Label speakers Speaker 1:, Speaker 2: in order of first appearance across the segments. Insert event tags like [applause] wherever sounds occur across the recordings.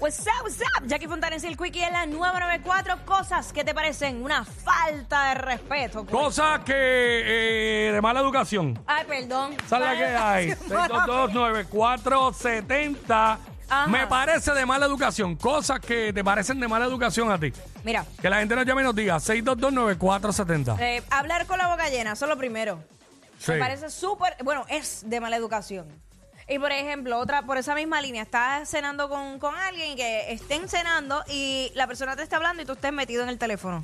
Speaker 1: What's up, what's up? Jackie Fontanes y el Quickie en la 994. Cosas que te parecen una falta de respeto. pues.
Speaker 2: Cosas que eh, de mala educación.
Speaker 1: Ay, perdón.
Speaker 2: ¿Sabes la
Speaker 1: [laughs]
Speaker 2: que hay? 6229470.
Speaker 1: Ajá.
Speaker 2: Me parece de mala educación. Cosas que te parecen de mala educación a ti.
Speaker 1: Mira,
Speaker 2: Que la gente nos llame y nos diga 6229470.
Speaker 1: eh, hablar con la boca llena, eso es lo primero.
Speaker 2: Sí.
Speaker 1: Me parece súper, bueno, es de mala educación. Y por ejemplo, otra, por esa misma línea, estás cenando con, con alguien y que estén cenando y la persona te está hablando y tú estés metido en el
Speaker 2: [laughs]
Speaker 1: teléfono.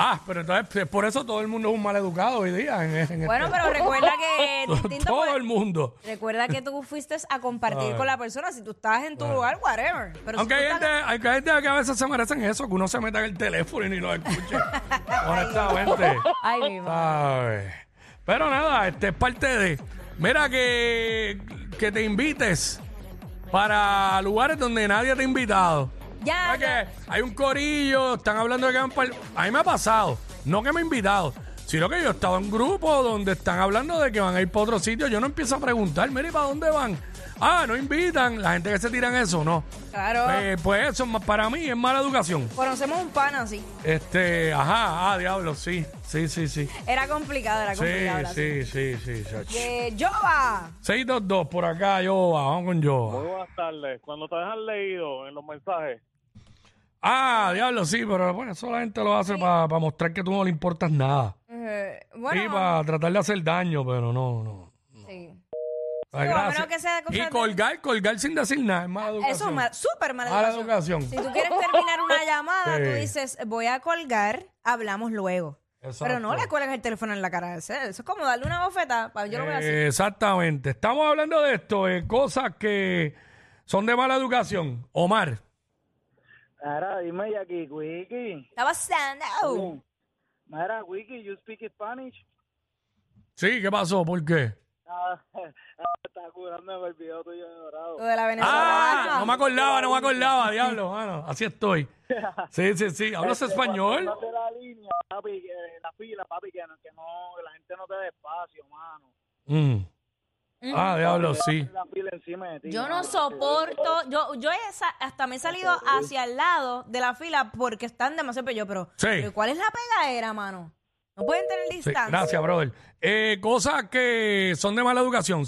Speaker 2: Ah, pero entonces pues, por eso todo el mundo es un mal educado hoy día. en- en
Speaker 1: Bueno,
Speaker 2: este-
Speaker 1: pero recuerda
Speaker 2: [laughs]
Speaker 1: que distinto
Speaker 2: todo
Speaker 1: puede-
Speaker 2: el mundo.
Speaker 1: Recuerda que tú fuiste a compartir
Speaker 2: Ay.
Speaker 1: con la persona. Si tú estás en tu lugar, whatever. Pero
Speaker 2: Aunque
Speaker 1: si tú
Speaker 2: hay,
Speaker 1: estás-
Speaker 2: gente, hay gente que a veces se merecen eso, que uno se meta en el teléfono y ni
Speaker 1: [laughs]
Speaker 2: lo escuche. Honestamente.
Speaker 1: Ay, mi madre.
Speaker 2: Ay. Pero nada, este es parte de. Mira que, que te invites para lugares donde nadie te ha invitado.
Speaker 1: Ya,
Speaker 2: ¿Sabes que hay un corillo, están hablando de que van para el- A mí me ha pasado, no que me ha invitado, sino que yo estaba en un grupo donde están hablando de que van a ir para otro sitio. Yo no empiezo a preguntar, mire, ¿para dónde van? Ah, no invitan. La gente que se tiran eso, no.
Speaker 1: Claro.
Speaker 2: Eh, pues eso para mí es mala educación.
Speaker 1: Conocemos un pana así.
Speaker 2: Este, ajá, ah, diablo, sí, sí, sí, sí.
Speaker 1: Era complicado, era complicado. era
Speaker 2: Sí, sí, sí, sí,
Speaker 1: así.
Speaker 2: chacho.
Speaker 1: De Jova.
Speaker 2: 622 por acá, yo vamos con
Speaker 3: Muy
Speaker 2: yo.
Speaker 3: buenas tardes. Cuando te dejan leído en los mensajes,
Speaker 2: Ah, diablo, sí, pero bueno, eso la gente lo hace para mostrar que tú no le importas nada.
Speaker 1: Eh,
Speaker 2: Sí,
Speaker 1: bueno,
Speaker 2: para tratar de hacer daño, pero no, no.
Speaker 1: sí.
Speaker 2: Ay,
Speaker 1: Sí, o a menos
Speaker 2: gracias.
Speaker 1: que sea cosa
Speaker 2: y
Speaker 1: de-
Speaker 2: colgar, colgar sin decir nada, es mala educación.
Speaker 1: Eso es mal- súper mala,
Speaker 2: Mala
Speaker 1: educación.
Speaker 2: educación.
Speaker 1: Si tú quieres terminar
Speaker 2: [laughs]
Speaker 1: una llamada,
Speaker 2: Sí.
Speaker 1: tú dices, voy a colgar, hablamos luego. Pero no
Speaker 2: Exacto.
Speaker 1: le cuelgas el teléfono en la cara. Eso es como darle una bofeta. pa- Yo lo voy a hacer.
Speaker 2: Eh, Exactamente. Estamos hablando de esto, de cosas que son de mala educación. Omar.
Speaker 4: Ahora dime, Jackie, Wiki.
Speaker 1: Estaba pasando.
Speaker 4: Uh. Mira, Wiki, you speak Spanish.
Speaker 2: Sí, ¿qué pasó? ¿Por qué?
Speaker 4: Ah, [laughs] está curando el video tuyo de dorado.
Speaker 1: Lo de la venezolana.
Speaker 2: Ah, no me acordaba, no me acordaba, diablo, mano. Así estoy. Sí, sí, sí. ¿Hablas español?
Speaker 4: No te la línea, papi, que la fila, papi, que no, que no, que la gente no te dé espacio, mano.
Speaker 2: Mm. Ah, diablo, sí.
Speaker 4: La fila encima de ti.
Speaker 1: Yo no
Speaker 4: mano.
Speaker 1: soporto, yo, yo he sa- hasta me he salido hacia el lado de la fila porque están demasiado pero yo, pero,
Speaker 2: Sí.
Speaker 1: pero ¿cuál es la pegadera, mano? No pueden tener
Speaker 2: Sí,
Speaker 1: distancia.
Speaker 2: gracias, brother. Eh, cosas que son de mala educación.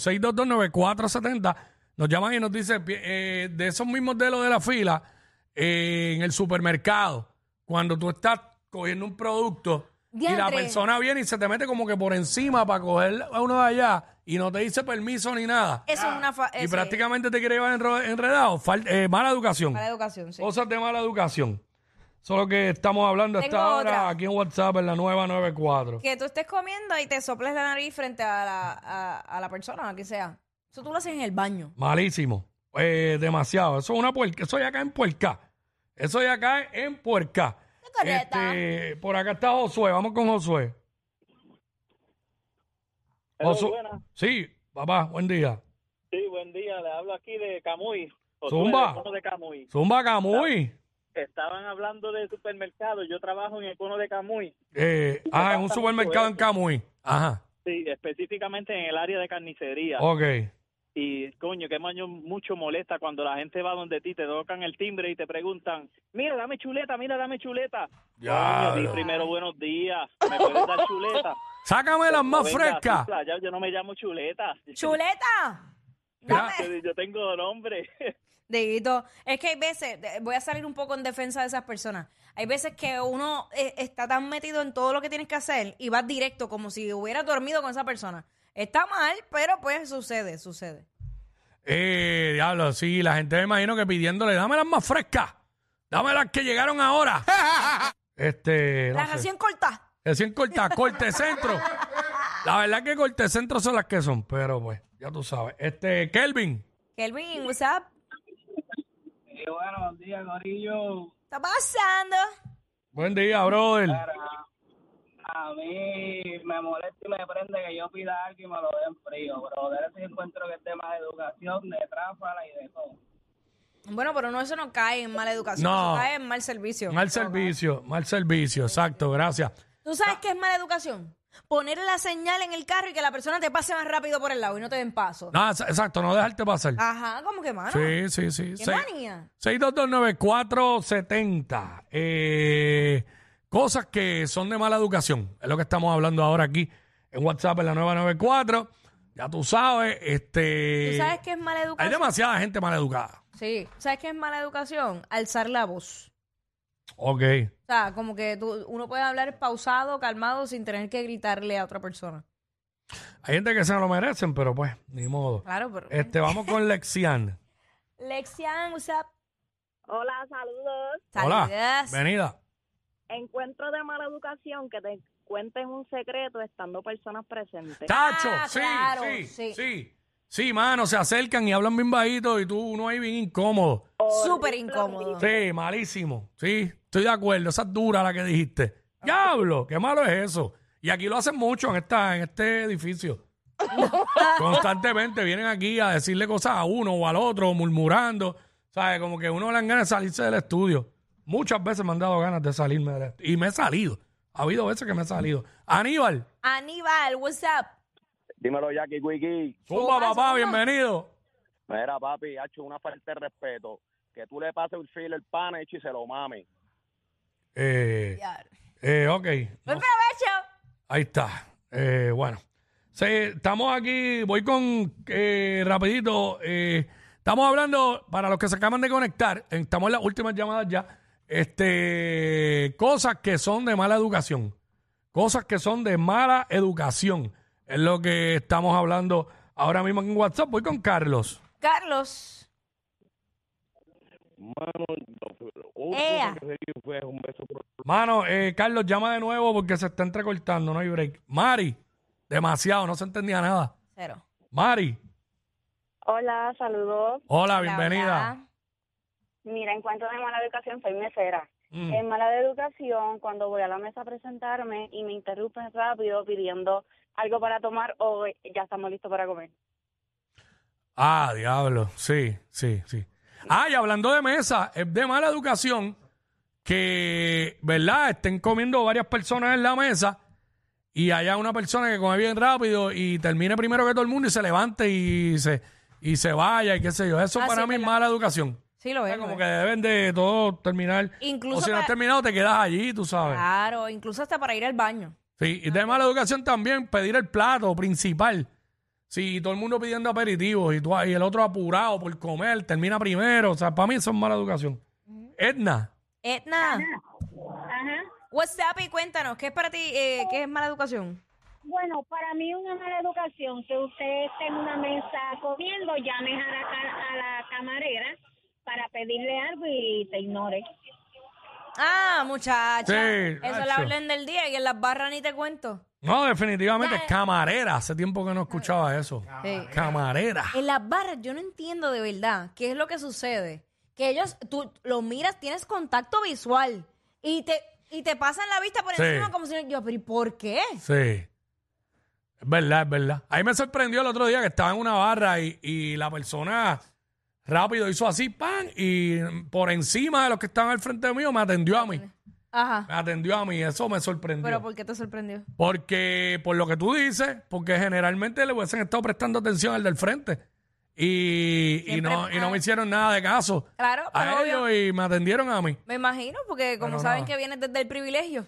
Speaker 2: 6229470. Nos llaman y nos dicen pi- eh, de esos mismos de lo de la fila eh, en el supermercado. Cuando tú estás cogiendo un producto y la
Speaker 1: Diantre.
Speaker 2: persona viene y se te mete como que por encima para coger a uno de allá y no te dice permiso ni nada.
Speaker 1: Eso es una fa-
Speaker 2: y
Speaker 1: eso es
Speaker 2: prácticamente te quiere llevar enro- enredado. Fal- eh, mala educación.
Speaker 1: mala educación, sí.
Speaker 2: Cosas de mala educación. Solo que estamos hablando hasta
Speaker 1: Tengo
Speaker 2: ahora
Speaker 1: otra.
Speaker 2: aquí en WhatsApp en la nueva 94.
Speaker 1: Que tú estés comiendo y te soples la nariz frente a la, a, a la persona, que sea. Eso tú lo haces en el baño.
Speaker 2: Malísimo. Eh, demasiado. Eso es una puerca. Eso ya cae en puerca. Eso ya cae en puerca.
Speaker 1: correcta.
Speaker 2: Este, por acá está Josué. Vamos con Josué.
Speaker 4: Hello,
Speaker 2: Josu-
Speaker 4: buenas.
Speaker 2: Sí, papá, buen día.
Speaker 4: Sí, buen día, le hablo aquí de Camuy. O
Speaker 2: Zumba.
Speaker 4: tú eres cono de Camuy.
Speaker 2: Zumba Camuy.
Speaker 4: Estaban hablando de supermercado, yo trabajo en el cono de Camuy.
Speaker 2: Eh, ajá, en un supermercado en Camuy. Ajá.
Speaker 4: Sí, específicamente en el área de carnicería.
Speaker 2: Ok.
Speaker 4: Y coño, qué maño mucho molesta cuando la gente va donde ti, te tocan el timbre y te preguntan, mira, dame chuleta, mira, dame chuleta.
Speaker 2: Ya,
Speaker 4: Coño, di
Speaker 2: bro.
Speaker 4: primero buenos días, ¿me puedes dar chuleta?
Speaker 2: Sácame las más
Speaker 4: Venga,
Speaker 2: frescas.
Speaker 4: sopla, ya yo no me llamo chuleta. [laughs]
Speaker 1: ¡Chuleta!
Speaker 2: Mira,
Speaker 1: Dame.
Speaker 4: Yo tengo nombre. [laughs]
Speaker 1: Dieguito, es que hay veces, de- voy a salir un poco en defensa de esas personas. Hay veces que uno eh, está tan metido en todo lo que tienes que hacer y vas directo, como si hubiera dormido con esa persona. Está mal, pero pues sucede, sucede.
Speaker 2: Eh, diablo, sí, la gente me imagino que pidiéndole, dame las más frescas, dame las que llegaron ahora. este, no
Speaker 1: La
Speaker 2: sé.
Speaker 1: ración corta.
Speaker 2: Recién corta, corte centro. La verdad que corte centro son las que son, pero pues, ya tú sabes. Este, Kelvin.
Speaker 1: Kelvin, what's up?
Speaker 5: bueno, buen día, Corillo.
Speaker 1: Está pasando.
Speaker 2: Buen día, brother.
Speaker 5: Para- a mí me molesta y me prende que yo pida algo y me lo den frío, pero de eso yo encuentro que es tema de educación, de tráfala y de todo.
Speaker 1: Bueno, pero no, eso no cae en mala educación.
Speaker 2: No.
Speaker 1: Eso cae en mal servicio.
Speaker 2: Mal servicio, mal servicio, exacto, gracias.
Speaker 1: ¿Tú sabes qué es mala educación? Poner la señal en el carro y que la persona te pase más rápido por el lado y no te den paso.
Speaker 2: No, ex- exacto, no dejarte pasar.
Speaker 1: Ajá, como Ah, que mano.
Speaker 2: Sí, sí, sí.
Speaker 1: ¿Qué
Speaker 2: Seis-
Speaker 1: manía?
Speaker 2: 6229470. Eh, cosas que son de mala educación. Es lo que estamos hablando ahora aquí en WhatsApp en la 994. Ya tú sabes, este.
Speaker 1: ¿Tú sabes qué es mala
Speaker 2: Hay
Speaker 1: educación?
Speaker 2: demasiada gente mal educada.
Speaker 1: Sí. ¿Sabes qué es mala educación? Alzar la voz.
Speaker 2: Ok.
Speaker 1: O sea, como que tú- uno puede hablar pausado, calmado, sin tener que gritarle a otra persona.
Speaker 2: Hay gente que se lo merecen, pero pues, ni modo.
Speaker 1: Claro, pero...
Speaker 2: Este, vamos con
Speaker 1: [laughs]
Speaker 2: Lexian.
Speaker 1: Lexian, WhatsApp.
Speaker 6: Hola, saludos.
Speaker 2: Hola.
Speaker 1: Saludas.
Speaker 2: Venida.
Speaker 6: Encuentro de mala educación que te cuenten un secreto estando personas presentes.
Speaker 2: Tacho,
Speaker 1: Ah,
Speaker 2: sí,
Speaker 1: claro,
Speaker 2: sí, sí,
Speaker 1: sí.
Speaker 2: sí. mano, se acercan y hablan bien bajito y tú uno ahí bien incómodo.
Speaker 1: Súper incómodo.
Speaker 2: Sí, malísimo. Sí, estoy de acuerdo. Esa es dura la que dijiste. Diablo, qué malo es eso. Y aquí lo hacen mucho en, esta, en este edificio. Constantemente vienen aquí a decirle cosas a uno o al otro, murmurando. ¿Sabes? Como que uno le dan ganas de salirse del estudio. Muchas veces me han dado ganas de salirme del estudio. Y me he salido. Ha habido veces que me he salido. Aníbal,
Speaker 1: Aníbal, WhatsApp.
Speaker 7: Dímelo, Jackie Quickie.
Speaker 2: zumba,
Speaker 1: Zumba,
Speaker 2: papá,
Speaker 1: zumba.
Speaker 2: bienvenido.
Speaker 7: Mira, papi, ha hecho una falta de respeto. Que tú le pases el fil el pan hecho y se lo mame.
Speaker 2: Eh,
Speaker 1: Ya.
Speaker 2: eh, ok.
Speaker 1: Buen provecho.
Speaker 2: Ahí está. Eh, bueno, Sí, estamos aquí, voy con eh, rapidito. eh, estamos hablando, para los que se acaban de conectar, en- estamos en las últimas llamadas ya, este, cosas que son de mala educación. Cosas que son de mala educación. Es lo que estamos hablando ahora mismo en WhatsApp. Voy con Carlos.
Speaker 1: Carlos. Ea.
Speaker 2: Mano, eh, Carlos, llama de nuevo porque se está entrecortando, no hay break. Mari, demasiado, no se entendía nada.
Speaker 1: Cero.
Speaker 2: Mari,
Speaker 6: Hola, saludos.
Speaker 2: hola,
Speaker 1: Hola,
Speaker 2: bienvenida.
Speaker 1: hola.
Speaker 6: Mira, encuentro de mala educación, soy mesera.
Speaker 2: Mm.
Speaker 6: En mala educación, cuando voy a la mesa a presentarme y me interrumpen rápido pidiendo algo para tomar o ya estamos listos para comer.
Speaker 2: Ah, diablo. Sí, sí, sí. Ah, y hablando de mesa, es de mala educación que, ¿verdad? Estén comiendo varias personas en la mesa y haya una persona que come bien rápido y termine primero que todo el mundo y se levante y se, y se vaya y qué sé yo. Eso
Speaker 1: Ah,
Speaker 2: para
Speaker 1: sí,
Speaker 2: mí es
Speaker 1: ¿verdad?
Speaker 2: mala educación.
Speaker 1: Sí, lo
Speaker 2: O
Speaker 1: es.
Speaker 2: sea, como
Speaker 1: lo
Speaker 2: que
Speaker 1: es.
Speaker 2: deben de todo terminar.
Speaker 1: eh, Incluso
Speaker 2: o si no
Speaker 1: para-
Speaker 2: has terminado, te quedas allí, tú sabes.
Speaker 1: Claro, incluso hasta para ir al baño.
Speaker 2: Sí, y de mala educación también pedir el plato principal. Si todo el mundo pidiendo aperitivos y, tú, y el otro apurado por comer, termina primero. O sea, para mí eso es mala educación. Edna,
Speaker 1: Etna. WhatsApp y cuéntanos, ¿qué es para ti, eh, qué es mala educación?
Speaker 8: Bueno, para mí una mala educación que usted esté en una mesa comiendo, llame a la, ca- a la camarera para pedirle algo y te ignore.
Speaker 1: Ah, muchacha.
Speaker 2: Sí,
Speaker 1: Eso la
Speaker 2: macho.
Speaker 1: hablen del día y en las barras ni te cuento.
Speaker 2: no, definitivamente es camarera. Hace tiempo que no escuchaba eso.
Speaker 1: Sí.
Speaker 2: Camarera.
Speaker 1: En las barras yo no entiendo de verdad qué es lo que sucede. Que ellos, tú los miras, tienes contacto visual y te, y te pasan la vista por
Speaker 2: Sí.
Speaker 1: encima como si... Yo, pero ¿y por qué?
Speaker 2: Sí. Es verdad, es verdad. Ahí me sorprendió el otro día que estaba en una barra y, y la persona rápido hizo así, pan, y por encima de los que estaban al frente mío me atendió a mí.
Speaker 1: Ajá.
Speaker 2: Me atendió a mí, eso me sorprendió.
Speaker 1: Pero ¿por qué te sorprendió?
Speaker 2: Porque, por lo que tú dices, porque generalmente le hubiesen estado prestando atención al del frente. Y, y
Speaker 1: Siempre-
Speaker 2: no, y no
Speaker 1: ah.
Speaker 2: me hicieron nada de caso
Speaker 1: Claro, pero
Speaker 2: a
Speaker 1: obvio.
Speaker 2: ellos y me atendieron a mí.
Speaker 1: Me imagino, porque como
Speaker 2: Pero
Speaker 1: saben
Speaker 2: no.
Speaker 1: que vienes desde el privilegio.